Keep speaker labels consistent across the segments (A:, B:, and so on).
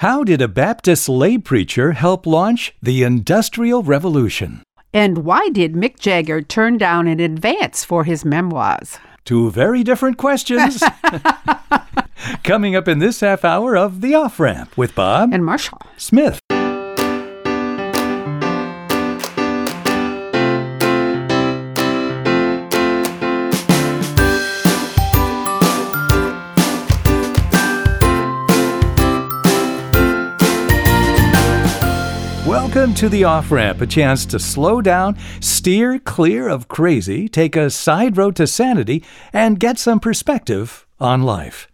A: How did a Baptist lay preacher help launch the Industrial Revolution?
B: And why did Mick Jagger turn down an advance for his memoirs?
A: Two very different questions. Coming up in this half hour of The Off Ramp with Bob
B: And Marshall.
A: Smith. Welcome to the off ramp, a chance to slow down, steer clear of crazy, take a side road to sanity, and get some perspective on life.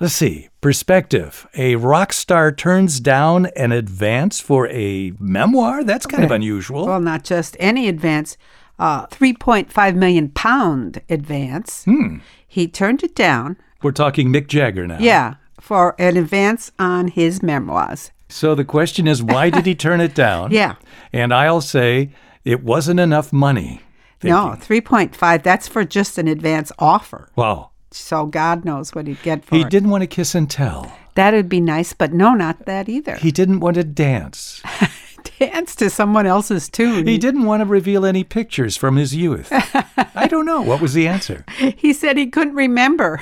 A: Let's see. Perspective. A rock star turns down an advance for a memoir? That's kind of unusual.
B: Well, not just any advance, uh, 3.5 million pound advance.
A: Hmm.
B: He turned it down,
A: We're talking Mick Jagger now.
B: yeah, for an advance on his memoirs.
A: So the question is, why did he turn it down?
B: Yeah.
A: And I'll say it wasn't enough money.
B: No, 3.5, that's for just an advance offer.
A: Wow.
B: So God knows what he'd get for
A: He
B: it.
A: didn't want to kiss and tell.
B: That'd be nice, but no, not that either.
A: He didn't want to dance.
B: Dance to someone else's tune.
A: He didn't want to reveal any pictures from his youth. I don't know. What was the answer?
B: He said he couldn't remember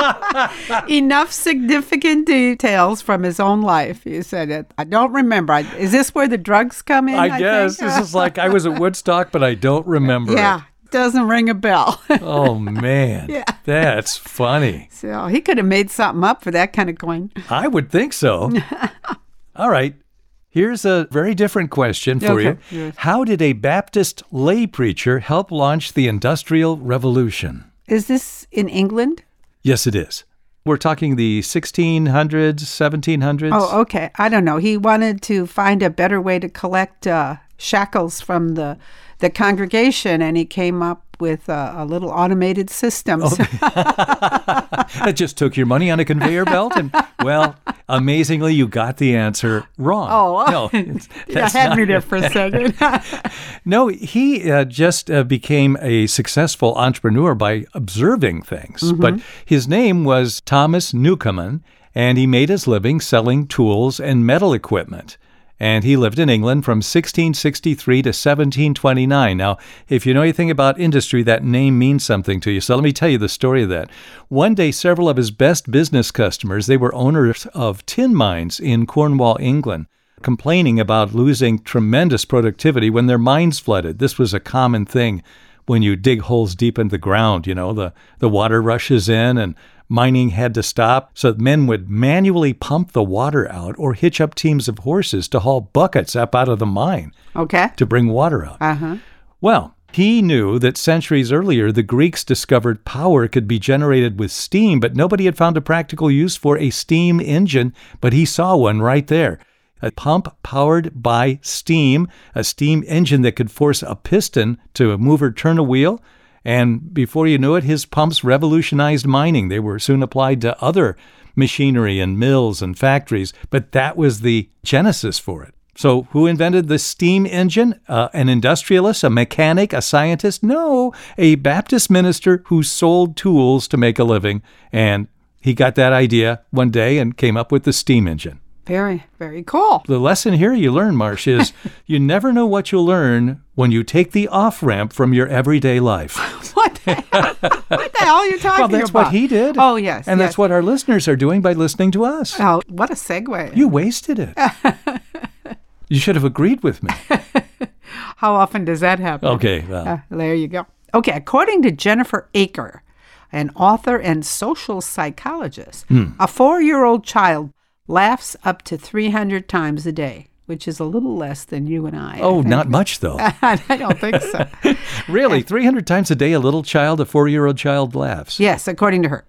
B: enough significant details from his own life. He said, it. "I don't remember. I, is this where the drugs come in?"
A: I guess
B: think? Uh,
A: this is like I was at Woodstock, but I don't remember. it.
B: yeah, doesn't ring a bell.
A: Oh, man. That's funny.
B: so he could have made something up for that kind of coin.
A: I would think so. All right. Here's a very different question for
B: Okay.
A: you. How did a Baptist lay preacher help launch the Industrial Revolution?
B: Is this in England?
A: Yes, it is. We're talking the 1600s, 1700s.
B: Oh, okay. I don't know. He wanted to find a better way to collect uh, shackles from the the congregation, and he came up with a, a little automated system. So-
A: That just took your money on a conveyor belt. And, well, amazingly, you got the answer wrong.
B: Oh,
A: no. it's-
B: Yeah,
A: that's
B: had
A: not-
B: me there for a second.
A: No, he uh, just uh, became a successful entrepreneur by observing things. But his name was Thomas Newcomen, and he made his living selling tools and metal equipment. And he lived in England from 1663 to 1729. Now, if you know anything about industry, that name means something to you. So let me tell you the story of that. One day, several of his best business customers, they were owners of tin mines in Cornwall, England complaining about losing tremendous productivity when their mines flooded. This was a common thing when you dig holes deep in the ground, you know, the, the water rushes in and mining had to stop. So men would manually pump the water out or hitch up teams of horses to haul buckets up out of the mine
B: okay.
A: to bring water out.
B: Uh huh.
A: Well, he knew that centuries earlier the Greeks discovered power could be generated with steam, but nobody had found a practical use for a steam engine, but he saw one right there. A pump powered by steam, a steam engine that could force a piston to move or turn a wheel. And before you knew it, his pumps revolutionized mining. They were soon applied to other machinery and mills and factories, but that was the genesis for it. So, who invented the steam engine? Uh, an industrialist, a mechanic, a scientist? No, a Baptist minister who sold tools to make a living. And he got that idea one day and came up with the steam engine.
B: Very, very cool.
A: The lesson here you learn, Marsh, is you never know what you'll learn when you take the off ramp from your everyday life.
B: What the hell, what the hell are you talking
A: Well, that's
B: about?
A: what he did.
B: Oh, yes.
A: And
B: yes.
A: that's what our listeners are doing by listening to us.
B: Oh, what a segue.
A: You wasted it. you should have agreed with me.
B: How often does that happen?
A: Okay. Well.
B: Uh, there you go. Okay. According to Jennifer Aker, an author and social psychologist,
A: Hmm.
B: a four year old child laughs up to 300 times a day, which is a little less than you and I. I
A: Oh,
B: think.
A: not much though.
B: I don't think so.
A: Really, 300 times a day, a little child, a four year old child laughs.
B: Yes, according to her.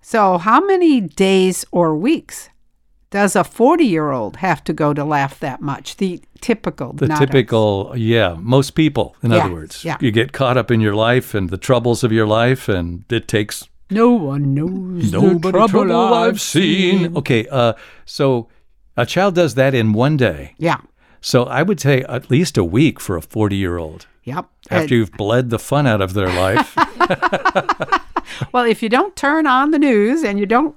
B: So, how many days or weeks does a 40 year old have to go to laugh that much? The typical.
A: The
B: not
A: typical, yeah, most people, in other
B: Yeah,
A: words.
B: yeah.
A: You get caught up in your life and the troubles of your life, and it takes
B: a- no one knows the
A: nobody
B: trouble,
A: trouble
B: I've seen.
A: Okay, uh, so a child does that in one day.
B: Yeah.
A: So I would say at least a week for a 40 year old
B: Yep.
A: after you've bled the fun out of their life.
B: well, if you don't turn on the news and you don't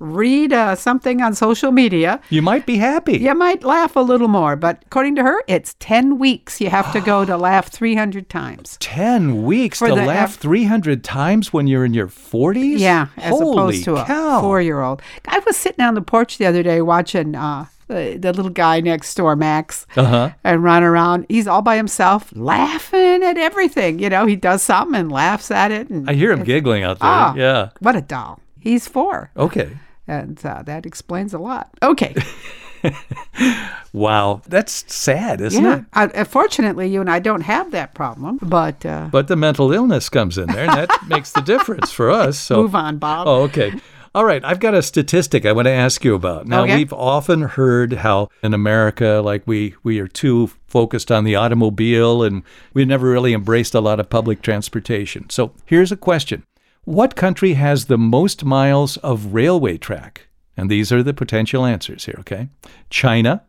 B: read uh, something on social media,
A: You might be happy.
B: you might laugh a little more. But according to her, it's 10 weeks you have to go to laugh 300 times.
A: 10 weeks
B: For
A: to
B: the
A: laugh
B: av-
A: 300 times when you're in your 40s?
B: Yeah, as
A: Holy
B: opposed to
A: cow.
B: a four-year-old. I was sitting on the porch the other day watching uh, the the little guy next door, Max,
A: Uh-huh.
B: and run around. He's all by himself, laughing at everything. You know, he does something and laughs at it. And
A: I hear him giggling out there.
B: Ah.
A: Yeah.
B: what a doll! He's four,
A: Okay.
B: and uh, that explains a lot. Okay,
A: Wow. That's sad, isn't
B: yeah.
A: it?
B: Uh, uh, fortunately, you and I don't have that problem, but uh,
A: But the mental illness comes in there, and that makes the difference for us. So
B: move on, Bob.
A: Oh, okay. All right. I've got a statistic I want to ask you about. Now,
B: Okay.
A: we've often heard how in America, like we, we are too focused on the automobile and we never really embraced a lot of public transportation. So here's a question What country has the most miles of railway track? And these are the potential answers here, okay? China,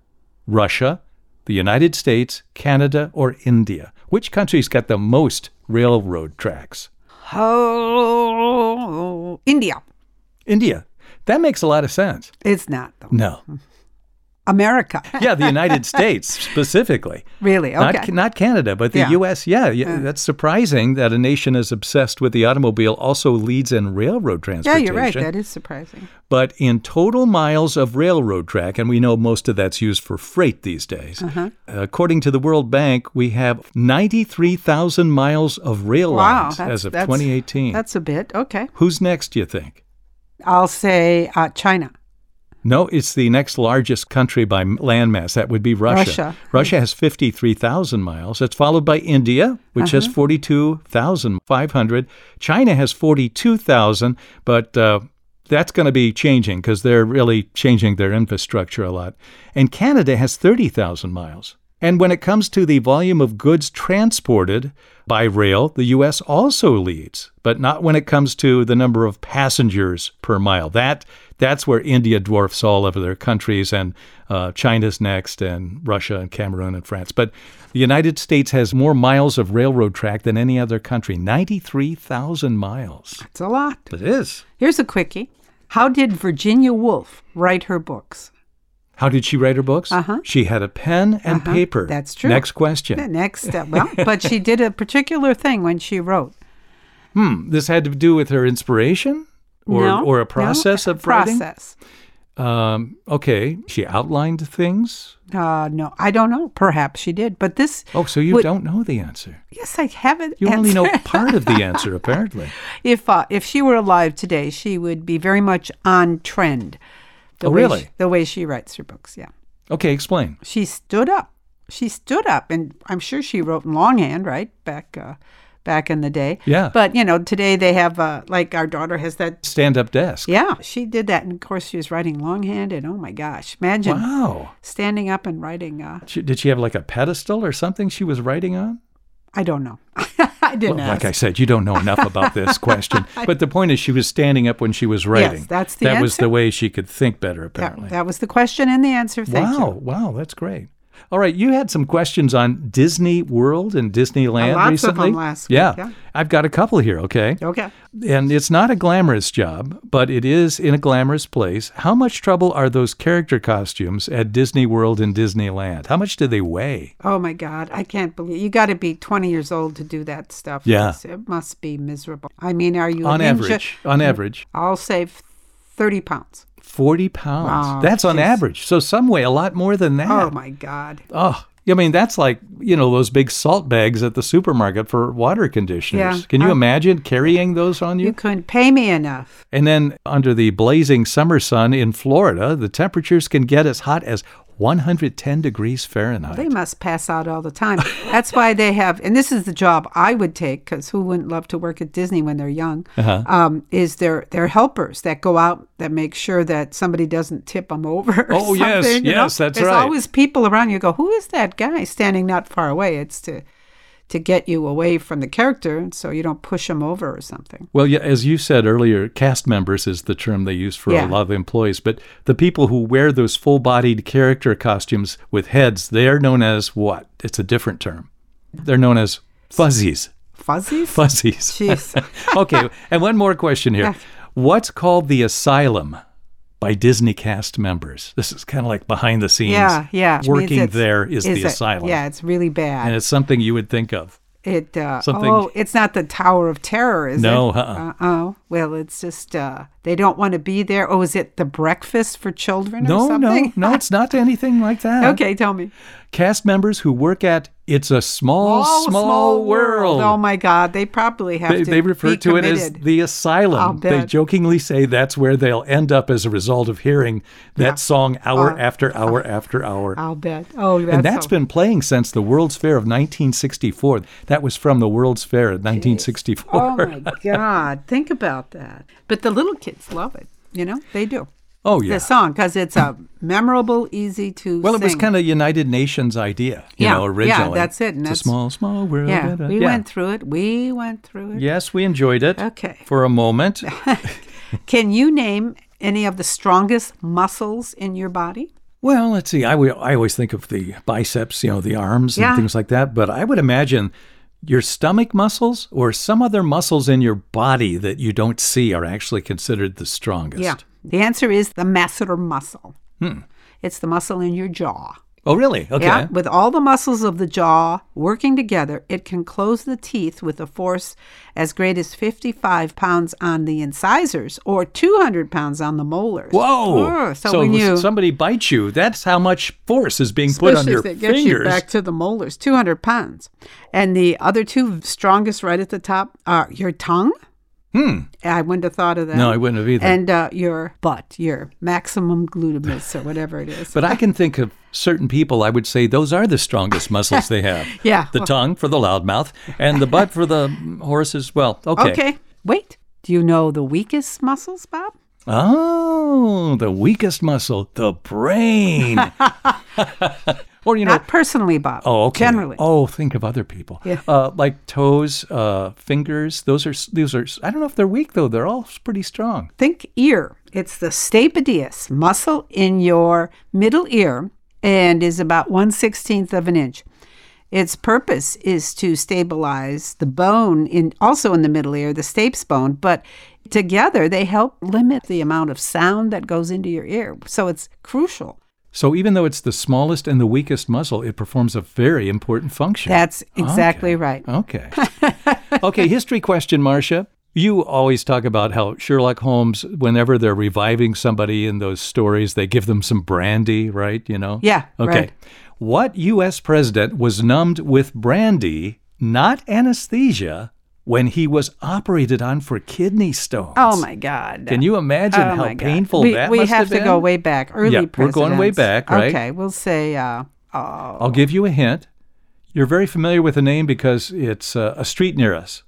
A: Russia, the United States, Canada, or India? Which country's got the most railroad tracks?
B: Oh, India.
A: India. That makes a lot of sense.
B: It's not though.
A: No.
B: America,
A: yeah, the United States specifically.
B: really. Okay.
A: Not, not Canada, but the
B: Yeah.
A: U.S. Yeah, yeah, that's surprising that a nation as obsessed with the automobile also leads in railroad
B: yeah,
A: transportation.
B: you're right. That is surprising.
A: But in total miles of railroad track, and we know most of that's used for freight these days,
B: Uh-huh.
A: according to the World Bank, we have 93,000 miles of rail
B: Wow,
A: lines
B: that's-
A: as of
B: that's-
A: 2018.
B: That's a bit. Okay.
A: Who's next, do you think?
B: I'll say uh, China.
A: No, it's the next largest country by m- landmass. That would be Russia.
B: Russia.
A: has 53,000 miles. It's followed by India, which has 42,500. China has 42,000, but uh, that's going to be changing because they're really changing their infrastructure a lot. And Canada has 30,000 miles. And when it comes to the volume of goods transported by rail, the U.S. also leads, but not when it comes to the number of passengers per mile. That that's where India dwarfs all of their countries, and uh, China's next, and Russia and Cameroon and France. But the United States has more miles of railroad track than any other country, ninety-three thousand miles.
B: It's a lot.
A: It is.
B: Here's a quickie. How did Virginia Woolf write her books?
A: How did she write her books?
B: Uh-huh.
A: She had a pen and
B: Uh-huh.
A: paper.
B: That's true.
A: Next question.
B: The next, uh, well, but she did a particular thing when she wrote.
A: Hmm, this had to do with her inspiration or,
B: No,
A: or
B: no,
A: a process of writing?
B: process.
A: Um, okay, she outlined things.
B: Uh, no, I don't know. Perhaps she did, but this.
A: Oh, so you
B: would-
A: don't know the answer.
B: Yes, I haven't.
A: You only know
B: answered.
A: part of the answer, apparently.
B: if uh, if she were alive today, she would be very much on trend. The
A: Oh,
B: way
A: really?
B: she- the way she writes her books, yeah.
A: Okay, explain.
B: she stood up. She stood up, and I'm sure she wrote in longhand, right back uh, back in the day.
A: Yeah.
B: But you know, today they have uh, like our daughter has that.
A: Stand up desk.
B: Yeah, she did that, and of course she was writing longhand, and oh my gosh, imagine
A: Wow.
B: standing up and writing. Uh,
A: She, did she have like a pedestal or something she was writing on?
B: I don't know. I didn't
A: Well,
B: ask.
A: like I said, you don't know enough about this question. But the point is, she was standing up when she was writing.
B: that's the
A: That was
B: answer.
A: the way she could think better, apparently.
B: that, that was the question and the answer. Thank
A: wow,
B: you.
A: wow, that's great. All right, you had some questions on Disney World and Disneyland
B: Uh, lots of
A: recently.
B: them last week, yeah.
A: I've got a couple here, okay?
B: Okay.
A: And it's not a glamorous job, but it is in a glamorous place. How much trouble are those character costumes at Disney World and Disneyland? How much do they weigh?
B: Oh my God, I can't believe you got to be 20 years old to do that stuff.
A: Yeah.
B: It's- It must be miserable. I mean, are you a
A: on
B: ninja?
A: average, on average,
B: I'll say 30 pounds.
A: 40 pounds.
B: Wow,
A: that's on
B: geez.
A: average. So some weigh a lot more than that.
B: Oh my God.
A: Oh, I mean, that's like, you know, those big salt bags at the supermarket for water conditioners.
B: Yeah.
A: Can you
B: I-
A: imagine carrying those on you?
B: You couldn't pay me enough.
A: and then under the blazing summer sun in Florida, the temperatures can get as hot as 110 degrees Fahrenheit.
B: They must pass out all the time. That's why they have, and this is the job I would take because who wouldn't love to work at Disney when they're young?
A: Uh-huh.
B: Um, is their their helpers that go out that make sure that somebody doesn't tip them over? or
A: Oh, yes,
B: something, you know?
A: yes, that's
B: There's
A: right.
B: always people around you. Go, who is that guy standing not far away? It's to to get you away from the character, and so you don't push him over or something.
A: Well, yeah, as you said earlier, cast members is the term they use for a
B: Yeah.
A: lot of employees. But the people who wear those full bodied character costumes with heads, they're known as what? It's a different term. They're known as fuzzies.
B: Fuzzies.
A: Fuzzies.
B: Jeez.
A: okay, and one more question here. What's called the asylum by Disney cast members. This is kind of like behind the scenes.
B: Yeah, yeah. It means
A: Working
B: it's-
A: there is, the
B: a-
A: asylum.
B: Yeah, it's really bad.
A: And it's something you would think of.
B: It uh,
A: Something-
B: oh, it's not the Tower of Terror, is
A: No,
B: it?
A: uh-uh.
B: oh, well, it's just uh, they don't want to be there. Oh, is it the breakfast for children or
A: No, no,
B: something?
A: no, it's not anything like that.
B: okay, tell me.
A: Cast members who work at It's a Small,
B: Oh,
A: Small, World.
B: Oh my God, they probably have
A: they,
B: to.
A: they refer
B: be
A: to it as
B: committed.
A: the asylum.
B: I'll
A: They
B: bet.
A: jokingly say that's where they'll end up as a result of hearing that song
B: Oh.
A: hour after hour after hour.
B: I'll bet. Oh, that's
A: and that's
B: so-
A: been playing since the World's Fair of 1964. That was from the World's Fair of 1964.
B: Oh my God, think about that. But the little kids love it. You know, they do.
A: Oh, yeah.
B: The song because it's a memorable, easy to.
A: Well, it was
B: sing.
A: kind of United Nations idea, you
B: Yeah,
A: know,
B: yeah,
A: originally.
B: that's it, and
A: it's
B: that's-
A: a small, small world.
B: Yeah,
A: da-da.
B: we went through it. We went through it.
A: Yes, we enjoyed it.
B: Okay.
A: For a moment.
B: Can you name any of the strongest muscles in your body?
A: Well, let's see. I, will- I always think of the biceps, you know, the arms
B: Yeah.
A: and things like that. But I would imagine your stomach muscles or some other muscles in your body that you don't see are actually considered the strongest.
B: Yeah. The answer is the masseter muscle. It's the muscle in your jaw.
A: Oh, really? Okay.
B: Yeah. With all the muscles of the jaw working together, it can close the teeth with a force as great as 55 pounds on the incisors or 200 pounds on the molars.
A: Whoa!
B: Oh, so, when
A: if
B: you
A: somebody bites you, that's how much force is being put on
B: Especially
A: your
B: if it gets
A: fingers.
B: you back to the molars, 200 pounds. And the other two strongest right at the top are your tongue. Hmm. I wouldn't have thought of that.
A: No, I wouldn't have either.
B: And uh, your butt, your maximum glutamus or whatever it is.
A: but I can think of certain people. I would say those are the strongest muscles they have.
B: Yeah,
A: The
B: well-
A: tongue for the loudmouth, and the butt for the horse as well. Okay.
B: okay. Wait. Do you know the weakest muscles, Bob?
A: Oh, the weakest muscle, the brain. or, you know,
B: Not personally, Bob.
A: oh, okay.
B: Generally.
A: Oh, think of other people.
B: Yeah.
A: Uh, like toes, uh, fingers. Those are, s- those are, s- I don't know if they're weak though. They're all s- pretty strong.
B: Think ear. It's the stapedius muscle in your middle ear and is about 1 16th of an inch. Its purpose is to stabilize the bone in also in the middle ear, the stapes bone, but together they help limit the amount of sound that goes into your ear. So it's crucial.
A: So even though it's the smallest and the weakest muscle, it performs a very important function.
B: That's exactly right.
A: Okay. okay, history question, Marcia. You always talk about how Sherlock Holmes, whenever they're reviving somebody in those stories, they give them some brandy, right? You know?
B: Yeah,
A: Okay.
B: right.
A: What U.S. president was numbed with brandy, not anesthesia, when he was operated on for kidney stones?
B: Oh my God.
A: Can you imagine
B: Oh
A: how
B: my God.
A: painful
B: we,
A: that
B: we
A: must
B: have
A: have
B: to
A: been?
B: go way back. Early
A: Yeah, we're going way
B: presidents.
A: back, right?
B: Okay, we'll say uh, oh,
A: I'll give you a hint. You're very familiar with the name because it's uh, a street near us.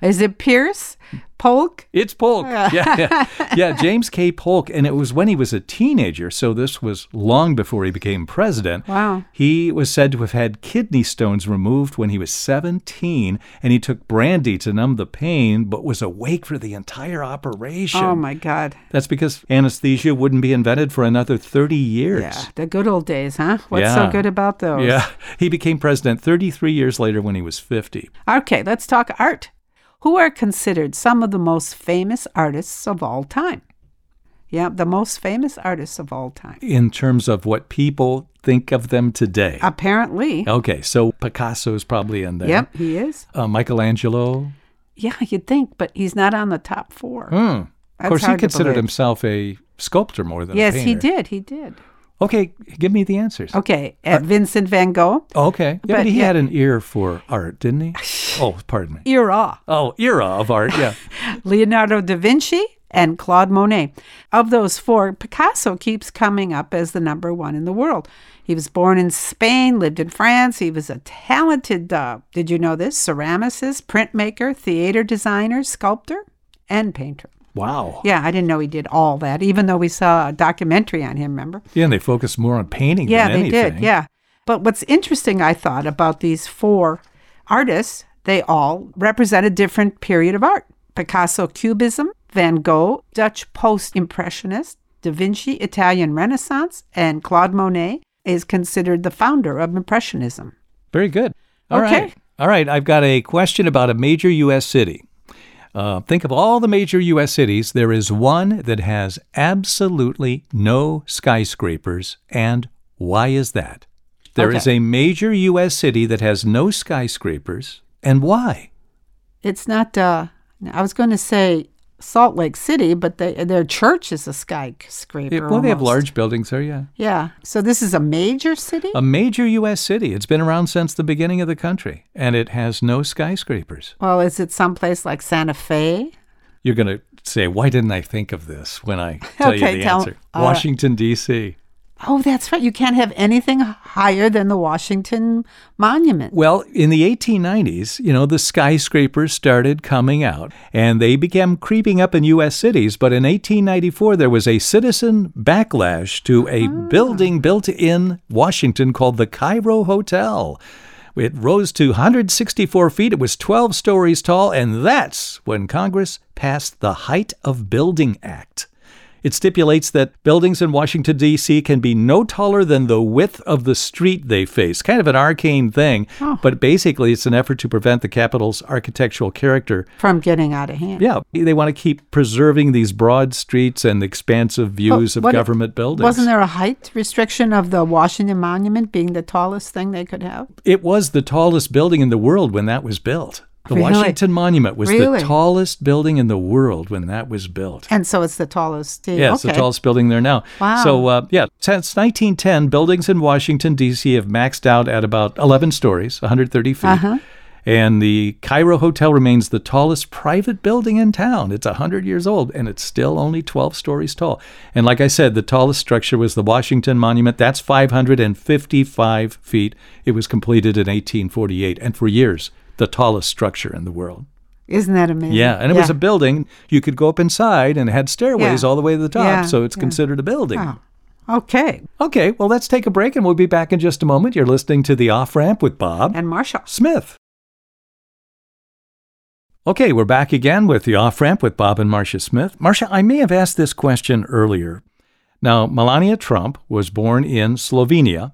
B: Is it Pierce? Polk?
A: It's Polk. Yeah, yeah. Yeah, James K. Polk. And it was when he was a teenager, so this was long before he became president.
B: Wow.
A: He was said to have had kidney stones removed when he was 17, and he took brandy to numb the pain, but was awake for the entire operation.
B: Oh my God.
A: That's because anesthesia wouldn't be invented for another 30 years.
B: Yeah. The good old days, huh? What's so
A: Yeah.
B: good about those?
A: Yeah. He became president 33 years later when he was 50.
B: Okay, let's talk art. Who are considered some of the most famous artists of all time? Yeah, the most famous artists of all time.
A: In terms of what people think of them today.
B: Apparently.
A: Okay, so Picasso's probably in there.
B: Yep, he is.
A: Uh, Michelangelo.
B: Yeah, you'd think, but he's not on the top four.
A: Hmm. Of
B: That's
A: course, he
B: hard to
A: considered
B: believe.
A: himself a sculptor more than
B: Yes,
A: a
B: he
A: painter.
B: did. He did.
A: Okay, give me the answers.
B: Okay, uh, Vincent van Gogh,
A: Okay. Yeah, but,
B: But
A: he
B: yeah.
A: had an ear for art, didn't he? oh, pardon me.
B: Era,
A: Oh, era of art. Yeah.
B: Leonardo da Vinci, and Claude Monet. Of those four, Picasso keeps coming up as the number one in the world. He was born in Spain, lived in France. He was a talented, uh, did you know this, ceramicist, printmaker, theater designer, sculptor, and painter.
A: wow.
B: Yeah, I didn't know he did all that, even though we saw a documentary on him, remember?
A: Yeah, and they focused more on painting
B: Yeah,
A: than
B: they
A: anything.
B: did. Yeah. But what's interesting, I thought, about these four artists, they all represent a different period of art Picasso, Cubism, Van Gogh, Dutch Post Impressionist, Da Vinci, Italian Renaissance, and Claude Monet is considered the founder of Impressionism.
A: Very good. All right.
B: Okay.
A: All right. I've got a question about a major U.S. city. Uh, think of all the major U.S. cities. There is one that has absolutely no skyscrapers. And why is that? There is
B: Okay.
A: a major U.S. city that has no skyscrapers. And why?
B: It's not. Uh, I was going to say Salt Lake City, but they, their church is a skyscraper.
A: It- well, they have
B: almost.
A: large buildings there, yeah.
B: Yeah. So this is a major city.
A: A major U.S. city. It's been around since the beginning of the country, and it has no skyscrapers.
B: well, is it someplace like Santa Fe?
A: You're going to say, why didn't I think of this when I tell
B: Okay,
A: you the
B: tell-
A: answer?
B: all right.
A: Washington, D.C.
B: Oh, that's right. You can't have anything higher than the Washington Monument.
A: Well, in the 1890s, you know, the skyscrapers started coming out and they began creeping up in U.S. cities. But in 1894, there was a citizen backlash to a
B: Ah.
A: building built in Washington called the Cairo Hotel. It rose to 164 feet. It was 12 stories tall. And that's when Congress passed the Height of Building Act. It stipulates that buildings in Washington, D.C. can be no taller than the width of the street they face. Kind of an arcane thing, but basically it's an effort to prevent the capital's architectural character.
B: From getting out of hand.
A: Yeah, they want to keep preserving these broad streets and expansive
B: But
A: views of
B: what-
A: government buildings.
B: Wasn't there a height restriction of the Washington Monument being the tallest thing they could have?
A: It was the tallest building in the world when that was built. The
B: Really?
A: Washington Monument was
B: Really?
A: the tallest building in the world when that was built.
B: And so it's the tallest. uh,
A: Yeah, it's the
B: okay.
A: tallest building there now.
B: Wow.
A: So, uh, yeah, since 1910, buildings in Washington, D.C. have maxed out at about 11 stories, 130 feet.
B: Uh-huh.
A: And the Cairo Hotel remains the tallest private building in town. It's 100 years old, and it's still only 12 stories tall. And like I said, the tallest structure was the Washington Monument. That's 555 feet. It was completed in 1848, and for years, the tallest structure in the world.
B: Isn't that amazing?
A: Yeah, and it was a building. You could go up inside and it had stairways
B: Yeah.
A: all the way to the top,
B: Yeah,
A: so it's
B: yeah.
A: considered a building.
B: Wow. Ah, Okay.
A: Okay, well, let's take a break and we'll be back in just a moment. You're listening to The Off Ramp with Bob
B: And Marshall.
A: Smith. Okay, we're back again with The Off Ramp with Bob and Marcia Smith. Marcia, I may have asked this question earlier. Now, Melania Trump was born in Slovenia,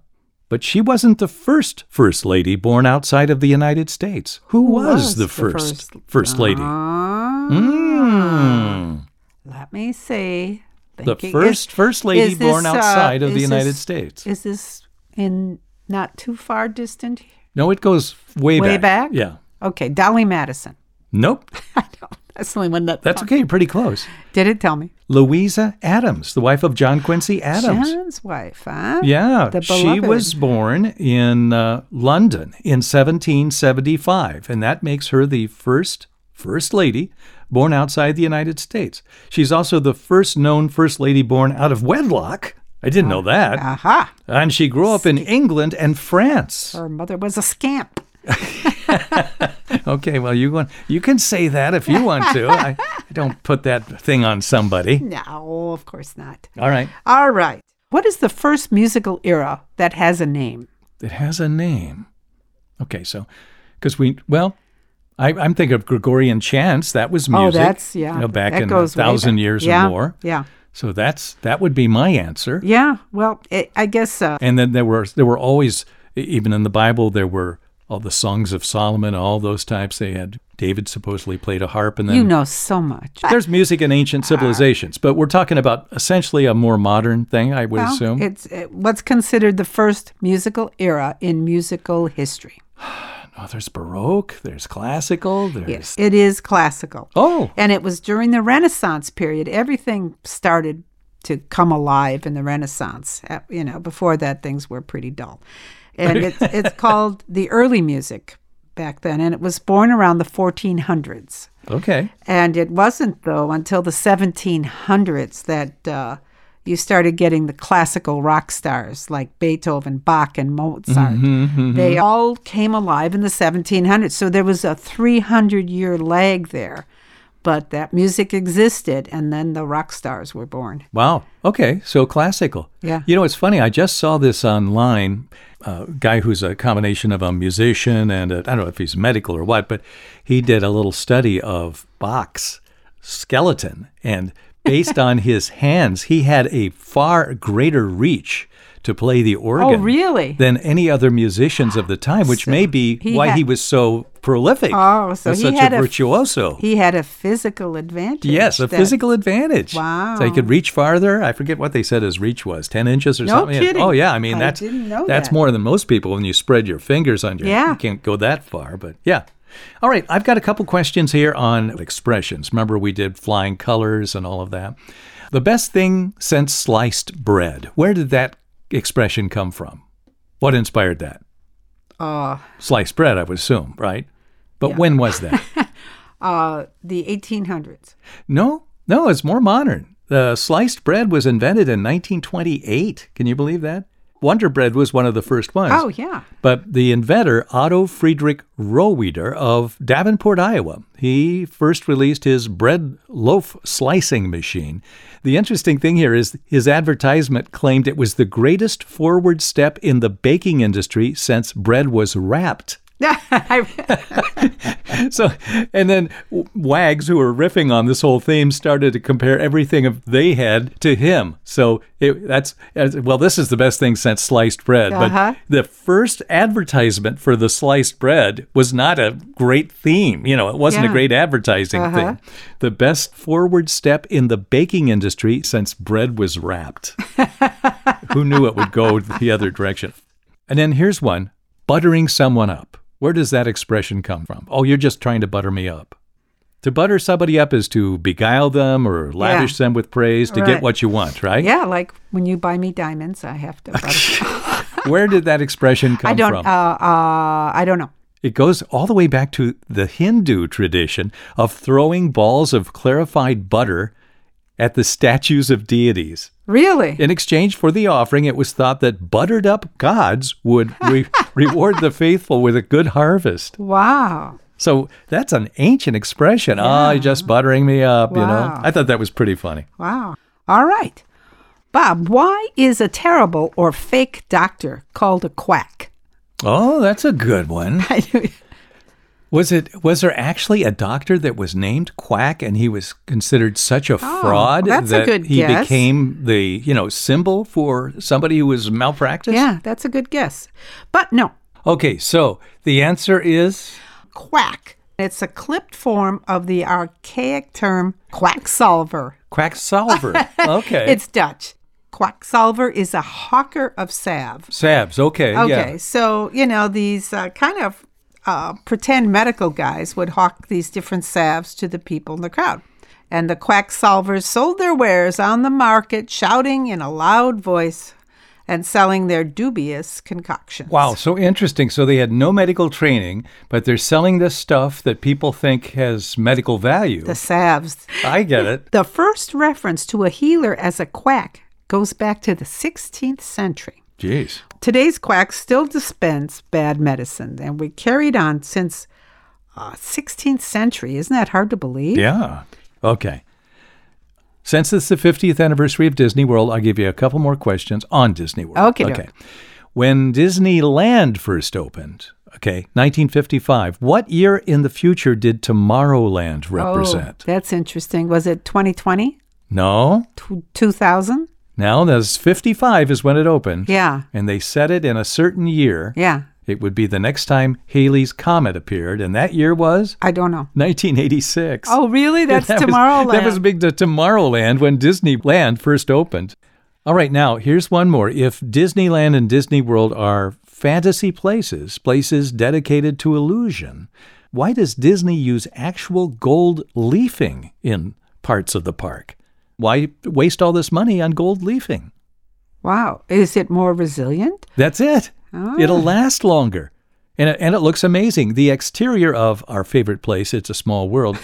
A: but she wasn't the first First Lady born outside of the United States. Who, was, the, first First, Lady?
B: Ah.
A: Mm.
B: Let me see.
A: The
B: Thinking-
A: first
B: is-
A: first lady
B: is this,
A: born outside
B: uh,
A: of the
B: is
A: United
B: this-
A: States.
B: Is this in not too far distant?
A: No, it goes way,
B: Way
A: back.
B: back?
A: Yeah.
B: Okay, Dolly Madison.
A: Nope.
B: I don't. That's the only one that
A: That's okay. Pretty close.
B: did it. Tell me,
A: Louisa Adams, the wife of John Quincy Adams.
B: John's wife, huh?
A: Yeah,
B: the
A: she was
B: beloved.
A: born in uh, London in 1775, and that makes her the first First Lady born outside the United States. She's also the first known First Lady born out of wedlock. I didn't
B: Oh,
A: know that.
B: Aha!
A: And she grew up in England and France.
B: Her mother was a scamp.
A: Okay, well you want you can say that if you want to. I, I don't put that thing on somebody.
B: No, of course not.
A: All right.
B: All right. What is the first musical era that has a name?
A: It has a name. Okay, so because we well, I, I'm thinking of Gregorian chants. That was
B: Oh,
A: music.
B: that's yeah.
A: You know, back
B: that
A: in a
B: goes way
A: thousand
B: back.
A: years
B: Yeah,
A: or more.
B: Yeah,
A: So that's that would be my answer.
B: yeah. Well, it, I guess uh,
A: And then there were there were always e, even in the Bible there were all the songs of Solomon, all those types. They had David supposedly played a harp, and then
B: you know so much.
A: There's music in
B: Ah.
A: ancient civilizations, but we're talking about essentially a more modern thing, I would
B: Well,
A: assume.
B: It's uh what's considered the first musical era in musical history.
A: oh, there's Baroque, there's classical, there's.
B: Yes, it is classical.
A: Oh,
B: And it was during the Renaissance period. Everything started to come alive in the Renaissance. Uh, You know, before that, things were pretty dull. And it's, it's called the early music back then. And it was born around the 1400s.
A: okay.
B: And it wasn't, though, until the 1700s that uh, you started getting the classical rock stars like Beethoven, Bach, and Mozart.
A: Mm-hmm,
B: They all came alive in the 1700s. So there was a 300 year lag there. But that music existed, and then the rock stars were born.
A: Wow. Okay. So classical.
B: Yeah.
A: You know, it's funny. I just saw this online. A guy who's a combination of a musician and I I don't know if he's medical or what, but he did a little study of Bach's skeleton. And based on his hands, he had a far greater reach to
B: Oh,
A: play the organ.
B: really?
A: Than any other musicians of the time, which may be
B: he
A: why
B: had-
A: he was so prolific.
B: Oh, so
A: That's
B: he
A: such
B: had
A: a
B: a-
A: virtuoso.
B: He had a physical advantage.
A: yes, a
B: that-
A: physical advantage.
B: Wow.
A: So he could reach farther. I forget what they said his reach was, ten inches or
B: No
A: something.
B: kidding.
A: Oh yeah, I mean
B: I
A: that's
B: didn't know
A: that's
B: that.
A: more than most people when you spread your fingers on your.
B: Yeah.
A: You can't go that far, but yeah. All right, I've got a couple questions here on expressions. Remember we did flying colors and all of that. The best thing since sliced bread. Where did that expression come from? What inspired that?
B: Uh,
A: Sliced bread, I would assume, right? But when was that?
B: uh, the 1800s.
A: No, no, it's more modern. The sliced bread was invented in 1928. Can you believe that? Wonder Bread was one of the first ones.
B: Oh, yeah.
A: But the inventor, Otto Friedrich Rohweder of Davenport, Iowa, he first released his bread loaf slicing machine. The interesting thing here is his advertisement claimed it was the greatest forward step in the baking industry since bread was wrapped.
B: I-
A: So, and then W- Wags, who were riffing on this whole theme, started to compare everything of they had to him. So it, that's as- well, this is the best thing since sliced bread.
B: Uh-huh.
A: But the first advertisement for the sliced bread was not a great theme. You know, it wasn't a
B: Yeah. Uh-huh.
A: great advertising thing. The best forward step in the baking industry since bread was wrapped. who knew it would go the other direction? And then here's one buttering someone up. Where does that expression come from? Oh, you're just trying to butter me up. To butter somebody up is to beguile them or lavish them with praise to get
B: Right.
A: what you want, right?
B: yeah, like when you buy me diamonds, I have to. butter-
A: Where did that expression come
B: I don't.
A: from?
B: Uh, uh, I don't know.
A: It goes all the way back to the Hindu tradition of throwing balls of clarified butter at the statues of deities.
B: Really?
A: In exchange for the offering, it was thought that buttered up gods would re- reward the faithful with a good harvest.
B: Wow.
A: So that's an ancient expression. Ah, you're just buttering me up, you know?
B: Wow.
A: I thought that was pretty funny.
B: Wow. All right. Bob, why is a terrible or fake doctor called a quack?
A: Oh, that's a good one.
B: I do-
A: Was it was there actually a doctor that was named Quack and he was considered such a fraud
B: Oh, that's a
A: that
B: good
A: he
B: guess.
A: became the, you know, symbol for somebody who was malpractice?
B: yeah, that's a good guess. But no,
A: Okay, so the answer is
B: quack. It's a clipped form of the archaic term quacksalver.
A: Quacksalver. Okay.
B: It's Dutch. Quacksalver is a hawker of salve.
A: Sabs, okay,
B: Okay,
A: yeah.
B: so you know these uh, kind of uh, pretend medical guys would hawk these different salves to the people in the crowd, and the quack solvers sold their wares on the market, shouting in a loud voice and selling their dubious concoctions.
A: Wow, so interesting. So they had no medical training, but they're selling this stuff that people think has medical value.
B: The salves.
A: I get it.
B: The first reference to a healer as a quack goes back to the 16th century.
A: Jeez.
B: Today's quacks still dispense bad medicine, and we carried on since uh, 16th century. Isn't that hard to believe?
A: Yeah. Okay. Since it's the 50th anniversary of Disney World, I'll give you a couple more questions on Disney World.
B: Okey-doke.
A: Okay. When Disneyland first opened, okay, 1955, what year in the future did Tomorrowland represent?
B: Oh, that's interesting. Was it 2020?
A: No.
B: Tw- 2000?
A: Now, that's 55 is when it opened.
B: Yeah.
A: And they said it in a certain year.
B: Yeah.
A: It would be the next time Haley's Comet appeared, and that year was
B: I don't know.
A: 1986.
B: Oh, really? That's
A: that
B: Tomorrowland.
A: Was, that was big to Tomorrowland when Disneyland first opened. All right, now here's one more. If Disneyland and Disney World are fantasy places, places dedicated to illusion, why does Disney use actual gold leafing in parts of the park? Why waste all this money on gold leafing?
B: wow. Is it more resilient?
A: That's it.
B: Ah.
A: It'll last longer. And it, and it looks amazing. The exterior of our favorite place, It's a Small World,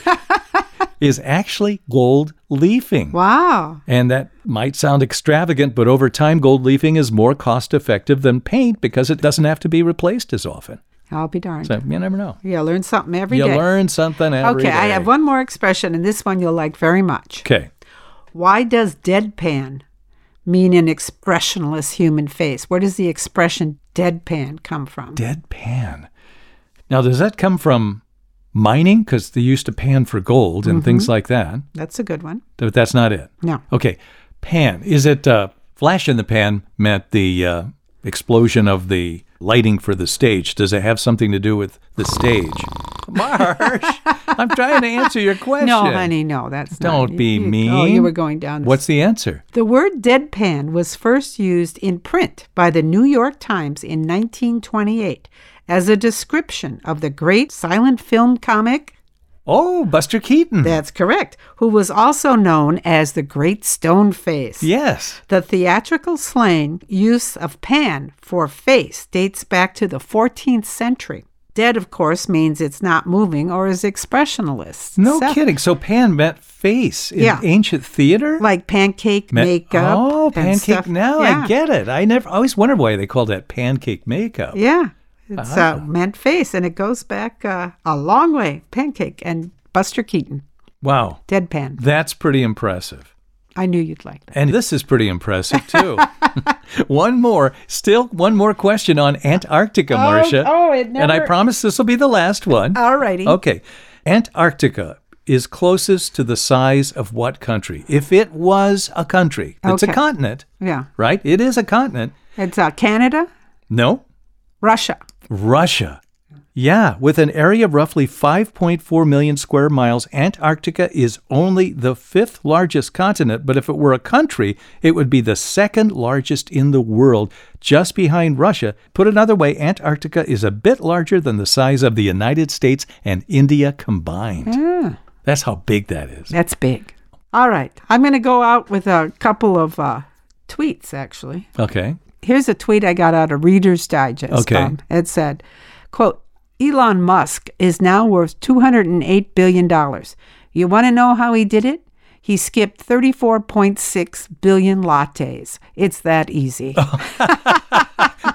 A: is actually gold leafing.
B: Wow.
A: And that might sound extravagant, but over time, gold leafing is more cost effective than paint because it doesn't have to be replaced as often.
B: I'll be darned.
A: So you never know.
B: yeah, learn something every day.
A: you learn something every
B: okay,
A: day.
B: I have one more expression, and this one you'll like very much.
A: Okay.
B: Why does deadpan mean an expressionless human face? Where does the expression deadpan come from?
A: Deadpan. Now, does that come from mining? Because they used to pan for gold and things
B: Mm-hmm.
A: like that.
B: That's a good one.
A: But that's not it.
B: No.
A: Okay, pan. Is it uh, flash in the pan meant the uh, explosion of the lighting for the stage? Does it have something to do with the stage? Marsh, I'm trying to answer your question.
B: No, honey, no, that's not-
A: Don't be
B: you- you-
A: mean.
B: Oh, you were going down. this-
A: What's the answer?
B: the word deadpan was first used in print by the New York Times in 1928 as a description of the great silent film comic.
A: Oh, Buster Keaton.
B: That's correct. Who was also known as the Great Stone Face.
A: yes.
B: The theatrical slang use of pan for face dates back to the 14th century. Dead, of course, means it's not moving or is expressionless.
A: No
B: So-
A: kidding. So pan meant face in
B: Yeah.
A: ancient theater?
B: Like pancake
A: Meant-
B: makeup.
A: Oh,
B: and
A: pancake
B: stuff.
A: now.
B: yeah.
A: I get it. I never I always wondered why they called that pancake makeup.
B: Yeah. It's
A: Ah.
B: uh, meant face, and it goes back uh, a long way. Pancake and Buster Keaton,
A: Wow.
B: deadpan.
A: That's pretty impressive.
B: I knew you'd like that.
A: And this is pretty impressive too. one more, still one more question on Antarctica, Marcia.
B: oh, it
A: And I Oh.
B: never- Oh,
A: promise this will be the last one.
B: Alrighty.
A: Okay. Antarctica is closest to the size of what country? If it was a country, it's a
B: Okay.
A: continent,
B: Yeah.
A: right? It is a continent.
B: It's uh, Canada,
A: No,
B: Russia.
A: Russia. Yeah, with an area of roughly 5.4 million square miles, Antarctica is only the fifth largest continent, but if it were a country, it would be the second largest in the world, just behind Russia. Put another way, Antarctica is a bit larger than the size of the United States and India combined. That's how big that is.
B: That's big. All right. I'm going to go out with a couple of uh, tweets, actually.
A: Okay.
B: Here's a tweet I got out of Reader's Digest.
A: Okay.
B: Bob. It said, quote, Elon Musk is now worth $208 billion. You want to know how he did it? He skipped 34.6 billion lattes. It's that easy.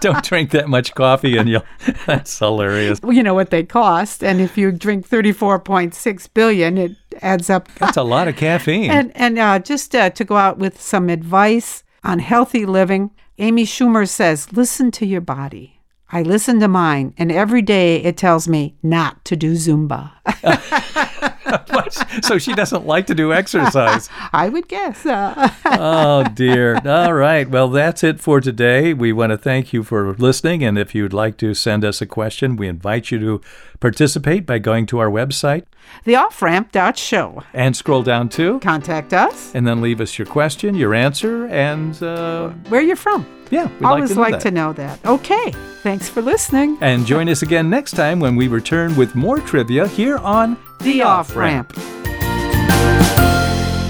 A: Don't drink that much coffee and you'll. That's hilarious.
B: Well, You know what they cost. And if you drink 34.6 billion, it adds up
A: That's a lot of caffeine.
B: And and uh, just uh, to go out with some advice on healthy living, Amy Schumer says, "Listen to your body." I listen to mine, and every day it tells me not to do Zumba.
A: so she doesn't like to do exercise.
B: I would guess. Uh,
A: oh dear. All right. Well, that's it for today. We want to thank you for listening. And if you'd like to send us a question, we invite you to participate by going to our website
B: the off ramp show.
A: and scroll down to,
B: Contact us.
A: and then leave us your question, your answer, and uh,
B: Where you're from?
A: yeah, we'd like
B: Always
A: to know
B: like
A: that.
B: to know that. Okay, thanks for listening.
A: And join us again next time when we return with more trivia here on
B: The off ramp.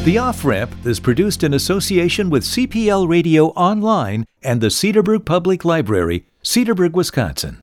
A: The Off Ramp is produced in association with CPL Radio Online and the Cedarbrook Public Library, Cedarbrook, Wisconsin.